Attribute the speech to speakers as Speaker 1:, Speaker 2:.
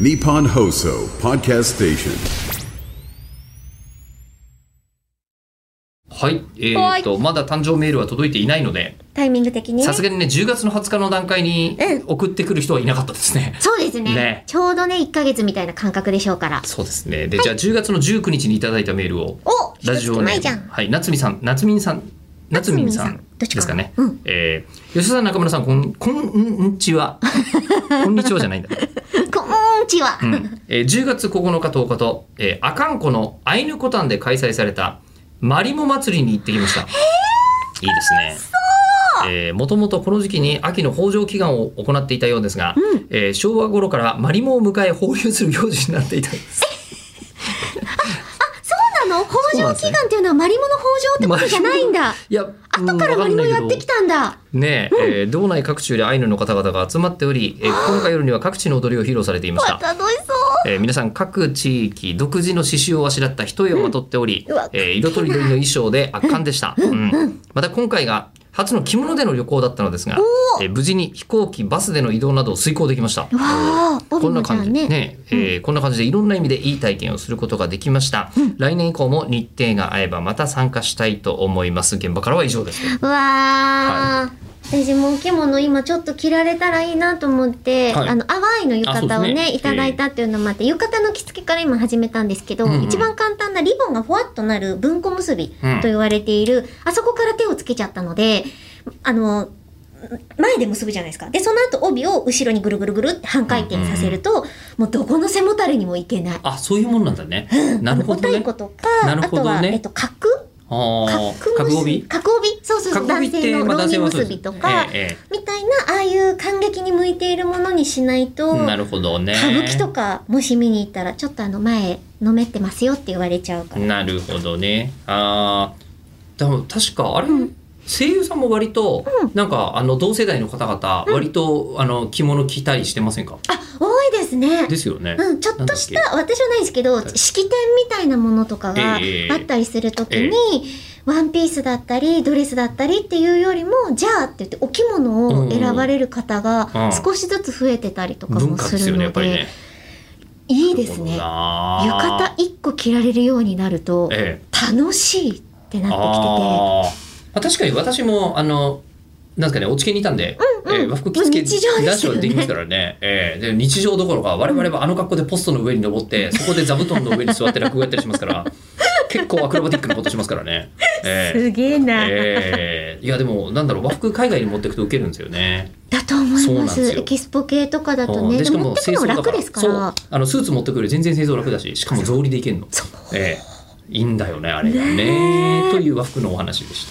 Speaker 1: Nippon Hoso Podcast Station.
Speaker 2: はい、えー、と、まだ誕生メールは届いていないので、
Speaker 3: タイミング的にね
Speaker 2: さすがにね、10月の20日の段階に
Speaker 3: うん
Speaker 2: 送ってくる人はいなかったですね。
Speaker 3: そうですね
Speaker 2: ね
Speaker 3: ちょうどね1ヶ月みたいな感覚でしょうから
Speaker 2: そうですね。で、じゃあ10月の19日にいただいたメールを、
Speaker 3: お
Speaker 2: ラジオ
Speaker 3: 一つ
Speaker 2: ネ
Speaker 3: 前じゃ
Speaker 2: ーム、
Speaker 3: ん
Speaker 2: はい、夏美さん、夏美さん、夏美さ
Speaker 3: 夏美
Speaker 2: ん
Speaker 3: さんどっちかな
Speaker 2: ですかね。
Speaker 3: うん
Speaker 2: えー吉田さん、中村さん、こん、こん、んんち は。こんにちはじゃないんだ。
Speaker 3: こんちは、
Speaker 2: うんえー10月9日10日と、えー、阿寒湖のアイヌコタンで開催されたマリモ祭りに行ってきました。いいですね。えーもともとこの時期に秋の豊穣祈願を行っていたようですが、えー昭和頃からマリモを迎え放流する行事になっていたんです。
Speaker 3: そうなの豊穣祈願っていうのはマリモの豊穣ってことじゃないんだ
Speaker 2: いや、
Speaker 3: 後からマリモやってき
Speaker 2: た。
Speaker 3: たんだ
Speaker 2: ねえ、えー道内各地よりアイヌの方々が集まっており、えー今回夜には各地の踊りを披露されていました
Speaker 3: わ。楽しそ
Speaker 2: えー皆さん各地域独自の刺繍をあしらった一重をまとっており、
Speaker 3: うんうわ
Speaker 2: えー色とりどりの衣装で圧巻で した、うんまた今回が初の着物での旅行だったのですが、えー無事に飛行機バスでの移動などを遂行できました
Speaker 3: うわあ帯
Speaker 2: こんな
Speaker 3: もちゃ
Speaker 2: 感じ
Speaker 3: ん
Speaker 2: ね
Speaker 3: ね
Speaker 2: えーこんな感じでいろんな意味でいい体験をすることができました、来年以降も日程が合えばまた参加したいと思います現場からは以上です
Speaker 3: うわあ、私もお着物今ちょっと着られたらいいなと思って、
Speaker 2: はい
Speaker 3: あの淡いの浴衣を
Speaker 2: あそう
Speaker 3: ね
Speaker 2: ですね
Speaker 3: いただいたっていうのもあって浴衣の着付けから今始めたんですけど、
Speaker 2: んうん
Speaker 3: 一番簡単なリボンがふわっとなる文庫結びと言われている、あそこから手をつけちゃったのであの前で結ぶじゃないですかでその後帯を後ろにぐるぐるぐるって半回転させると、もうどこの背もたれにもいけない。
Speaker 2: あそういうもんなんだね、なるほど
Speaker 3: お太
Speaker 2: ね
Speaker 3: 鼓と
Speaker 2: な
Speaker 3: か、
Speaker 2: る
Speaker 3: あ
Speaker 2: ほ
Speaker 3: と
Speaker 2: どね
Speaker 3: は、えっと、角
Speaker 2: あー覚悟帯
Speaker 3: 角帯そうそうそう
Speaker 2: 覚悟
Speaker 3: 男
Speaker 2: 帯って
Speaker 3: 性の
Speaker 2: まあ
Speaker 3: 浪
Speaker 2: 男性
Speaker 3: 人
Speaker 2: はそうで
Speaker 3: 結
Speaker 2: す
Speaker 3: びとか、
Speaker 2: えええ
Speaker 3: みたいなああいう感激に向いているものにしないと
Speaker 2: えな
Speaker 3: 歌
Speaker 2: るほどね
Speaker 3: 舞伎とかもし見に行ったらちょっとあの前のめってますよって言われちゃうから、
Speaker 2: なるほどね。ああ、でも確かあれ、声優さんも割と、なんかあの同世代の方々、割とあの着物着たりしてませんか。
Speaker 3: あ多いですね
Speaker 2: ですよね。
Speaker 3: うん、ちょっとした私はないですけど式典みたいなものとかがあ
Speaker 2: ええ
Speaker 3: ったりするときに、ワンピースだったりドレスだったりっていうよりもじゃあって言ってお着物を選ばれる方
Speaker 2: うんう
Speaker 3: が
Speaker 2: ん
Speaker 3: 少しずつ増えてたりとか
Speaker 2: 文
Speaker 3: も
Speaker 2: 化
Speaker 3: す
Speaker 2: です
Speaker 3: る
Speaker 2: よね、や
Speaker 3: の
Speaker 2: っぱり
Speaker 3: で
Speaker 2: ね。
Speaker 3: いいですね。
Speaker 2: 浴
Speaker 3: 浴衣1個着られるようになると
Speaker 2: ええ。
Speaker 3: 楽しいってなって
Speaker 2: ああ。確かに私もあの。なんですかね、お知見にいたんで、
Speaker 3: うんうん
Speaker 2: ええ和服着付け
Speaker 3: 日常
Speaker 2: ダ
Speaker 3: で
Speaker 2: ッ
Speaker 3: す
Speaker 2: シ
Speaker 3: よ
Speaker 2: ュ
Speaker 3: ね
Speaker 2: できますからね、ええで日常どころか我々はあの格好でポストの上に登って、 そこで座布団の上に座って落語やったりしますから結構アクロバティックなことしますからね、え
Speaker 3: きてすげえな、
Speaker 2: ええいやでもなんだろう和服海外に持っていくと受けるんですよね。
Speaker 3: だと思
Speaker 2: そう
Speaker 3: い
Speaker 2: なん
Speaker 3: ま
Speaker 2: ですすよ
Speaker 3: エキスポ系とかだと
Speaker 2: うん
Speaker 3: ねで
Speaker 2: しか
Speaker 3: も持ってくの
Speaker 2: だ
Speaker 3: 楽ですか
Speaker 2: そ
Speaker 3: ら
Speaker 2: うあのスーツ持ってくより全然製造楽だししかも草履でいけんの。ええいいんだよねあれがね
Speaker 3: ねえ
Speaker 2: という和服のお話でし